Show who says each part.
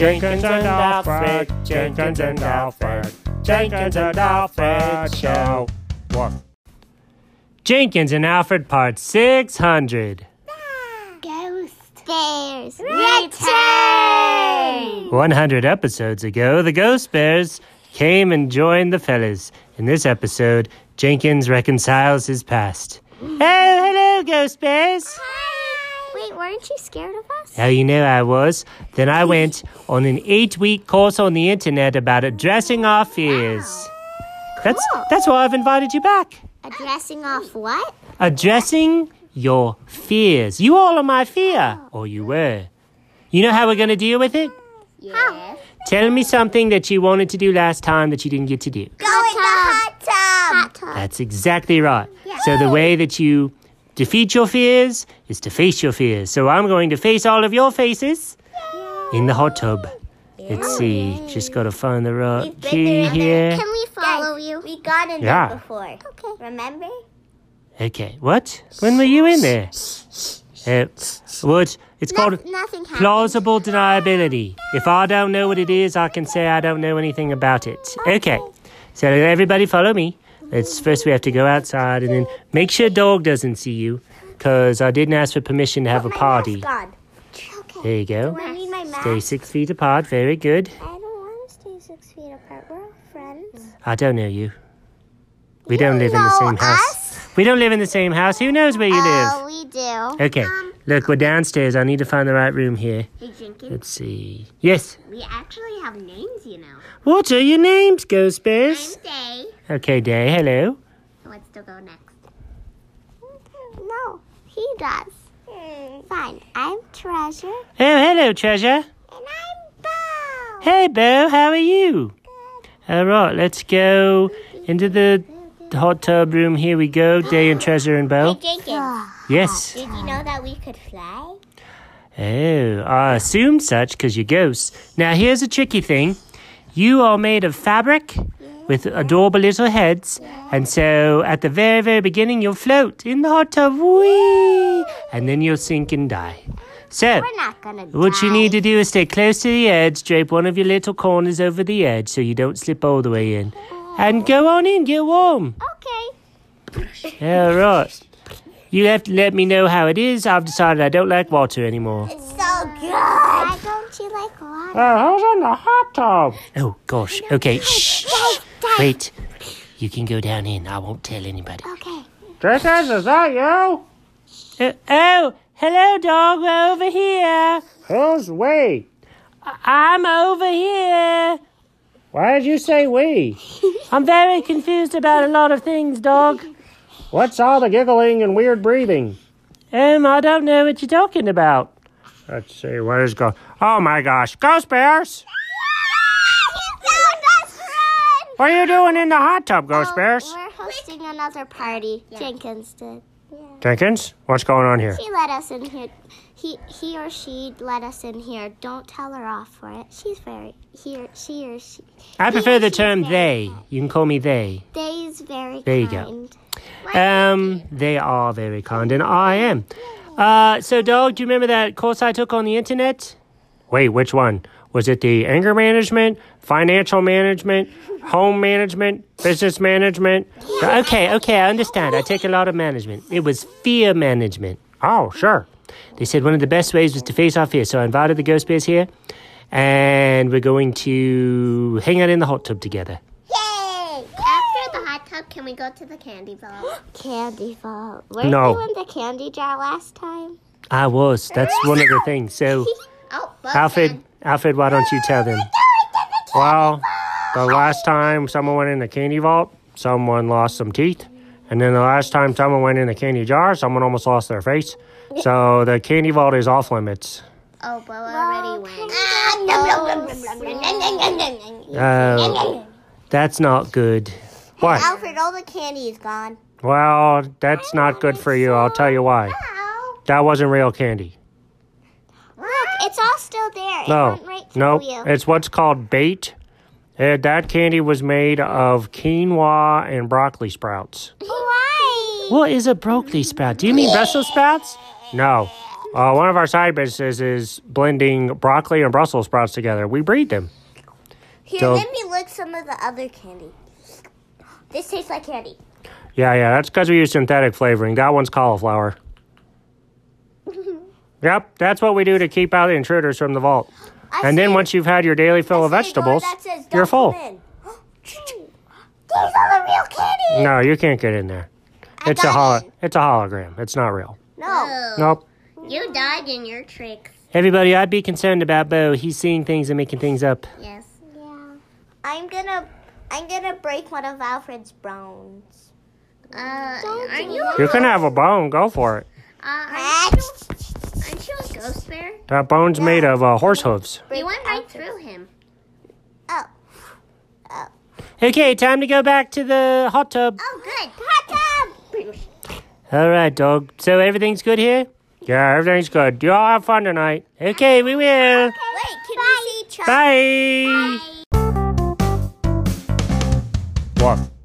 Speaker 1: Jenkins and Alfred, Jenkins and Alfred, Jenkins and Alfred show. What? Jenkins and Alfred, part 600.
Speaker 2: Ghostbears return!
Speaker 1: 100 episodes ago, the Ghost Bears came and joined the fellas. In this episode, Jenkins reconciles his past. Oh, hello, Ghost Bears!
Speaker 2: Wait, weren't you scared of us?
Speaker 1: How you know I was? Then I went on an eight-week course on the internet about addressing our fears. That's that's why I've invited you back.
Speaker 2: Addressing off what?
Speaker 1: Addressing your fears. You all are my fear, or you were. You know how we're gonna deal with it?
Speaker 2: Yeah.
Speaker 1: Tell me something that you wanted to do last time that you didn't get to do.
Speaker 2: Go in the hot tub! Hot tub.
Speaker 1: That's exactly right. So the way that you defeat your fears is to face your fears. So I'm going to face all of your faces in the hot tub. Let's see. Just got to find the right key here.
Speaker 2: Can we follow you? We got in
Speaker 1: there Yeah.
Speaker 2: before. Okay. Remember?
Speaker 1: Okay. What? When were you in there? Uh, what? It's called
Speaker 2: nothing happened.
Speaker 1: plausible deniability. If I don't know what it is, I can say I don't know anything about it. Okay. So everybody follow me. Let's first we have to go outside and then make sure dog doesn't see you cuz I didn't ask for permission to have a party.
Speaker 2: God. Okay.
Speaker 1: There you go.
Speaker 2: I need my mask.
Speaker 1: Stay 6 feet apart. Very good.
Speaker 2: I don't want to stay six feet apart. We're all friends.
Speaker 1: I don't know you. We don't live in the same house. We don't live in the same house. Who knows where you live?
Speaker 2: Oh, we do.
Speaker 1: Okay. Look, we're downstairs. I need to find the right room here.
Speaker 2: Hey, Jenkins,
Speaker 1: Let's see. Yes.
Speaker 2: we actually have names, you know.
Speaker 1: What are your names, Ghost Bears?
Speaker 2: Day.
Speaker 1: Okay, Day. Hello.
Speaker 2: What's to go next? No, he does. Fine. I'm Treasure.
Speaker 1: Oh, hello, Treasure.
Speaker 2: And I'm Bo.
Speaker 1: Hey, Bo. How are you? All right. Let's go into the hot tub room. Here we go. Day and Treasure and Bo.
Speaker 2: Jenkins,
Speaker 1: Yes.
Speaker 2: did you know that we could fly?
Speaker 1: Oh, I assume such because you're ghosts. Now, here's a tricky thing you are made of fabric with adorable little heads, and so at the very, very beginning, you'll float in the hot tub, wee, and then you'll sink and die. So,
Speaker 2: We're not gonna
Speaker 1: what
Speaker 2: die.
Speaker 1: you need to do is stay close to the edge, drape one of your little corners over the edge so you don't slip all the way in, and go on in, get warm.
Speaker 2: Okay.
Speaker 1: All right. You have to let me know how it is. I've decided I don't like water anymore.
Speaker 2: It's so good. Why don't you like water?
Speaker 1: Uh, who's on the hot tub? Oh gosh. Okay. Shh. shh. Wait. You can go down in. I won't tell anybody.
Speaker 2: Okay.
Speaker 1: Jenkins, is that you? oh, hello, dog. We're over here. Who's we? I'm over here. Why did you say we? I'm very confused about a lot of things, dog. What's all the giggling and weird breathing? Um, I don't know what you're talking about. Let's see, what is going Oh my gosh, Ghost Bears! What are you doing in the hot tub, Ghost Bears?
Speaker 2: Oh, We're hosting another party. Jenkins did.
Speaker 1: Jenkins, what's going on here?
Speaker 2: He let us in here. He he or she let us in here. Don't tell her off for it. She's very he or she or she.
Speaker 1: I prefer the term they. You can call me they.
Speaker 2: They's very
Speaker 1: There you go.
Speaker 2: kind.
Speaker 1: Um, they are very kind, and I am. Uh, so, dog, do you remember that course I took on the internet? Wait, which one? Was it the anger management, financial management, home management, business management? Okay, okay, I understand. I take a lot of management. It was fear management. Oh, sure. They said one of the best ways was to face our fear. So I invited the ghost bears here, and we're going to hang out in the hot tub together.
Speaker 2: Yay! After the hot tub, can we go to the candy vault? candy vault. Were
Speaker 1: No.
Speaker 2: you in the candy jar last time?
Speaker 1: I was. That's one of the things. So.
Speaker 2: oh,
Speaker 1: Alfred, Alfred, why don't you tell them? Well, the last time someone went in the candy vault, someone lost some teeth. And then the last time someone went in the candy jar, someone almost lost their face. So the candy vault is off limits.
Speaker 2: Oh, Bo already went. Ah, nom, nom, nom, nom, nom, nom, nom, nom, nom, nom, nom.
Speaker 1: Oh, that's not good. What?
Speaker 2: Alfred, all the candy is gone.
Speaker 1: Well, that's not good for you. I'll tell you why.
Speaker 2: Ow.
Speaker 1: That wasn't real candy.
Speaker 2: Look, it's all still there. it
Speaker 1: No,
Speaker 2: went right through
Speaker 1: no,
Speaker 2: you.
Speaker 1: it's what's called bait. Uh, that candy was made of quinoa and broccoli sprouts.
Speaker 2: Why?
Speaker 1: What is a broccoli sprout? Do you mean Brussels sprouts? No. Uh, one of our side businesses is blending broccoli and Brussels sprouts together. We breed them.
Speaker 2: Here,
Speaker 1: Don't-
Speaker 2: let me lick some of the other candy. This tastes like candy.
Speaker 1: Yeah, yeah, that's because we use synthetic flavoring. That one's cauliflower. yep, that's what we do to keep out intruders from the vault.
Speaker 2: I
Speaker 1: And then
Speaker 2: see-
Speaker 1: once you've had your daily
Speaker 2: I
Speaker 1: fill of
Speaker 2: see a door
Speaker 1: vegetables,
Speaker 2: that says,
Speaker 1: you're
Speaker 2: "Don't
Speaker 1: full.
Speaker 2: come in." These are the real candy.
Speaker 1: No, you can't get in there. It's a
Speaker 2: got
Speaker 1: holo-
Speaker 2: in.
Speaker 1: it's a hologram. It's not real.
Speaker 2: No.
Speaker 1: Nope.
Speaker 3: You died in your tricks.
Speaker 1: Everybody, I'd be concerned about Bo. He's seeing things and making things up.
Speaker 3: Yes.
Speaker 2: Yeah. I'm gonna, I'm gonna break one of Alfred's bones.
Speaker 3: Uh,
Speaker 2: Don't
Speaker 3: are
Speaker 2: do
Speaker 3: you?
Speaker 2: that.
Speaker 1: You can have a bone. Go for it.
Speaker 3: Uh, are you,
Speaker 2: Break
Speaker 3: aren't you a ghost bear?
Speaker 1: That bone's made of uh, horse hooves.
Speaker 3: You went right
Speaker 2: Alfred's-
Speaker 3: through him.
Speaker 2: Oh.
Speaker 1: Okay, time to go back to the hot tub.
Speaker 3: Oh, good.
Speaker 2: Hot tub.
Speaker 1: All right, dog. So everything's good here? Yeah, everything's good. You all have fun tonight. Okay, we will.
Speaker 2: Wait, can we see Charlie?
Speaker 1: Bye. What?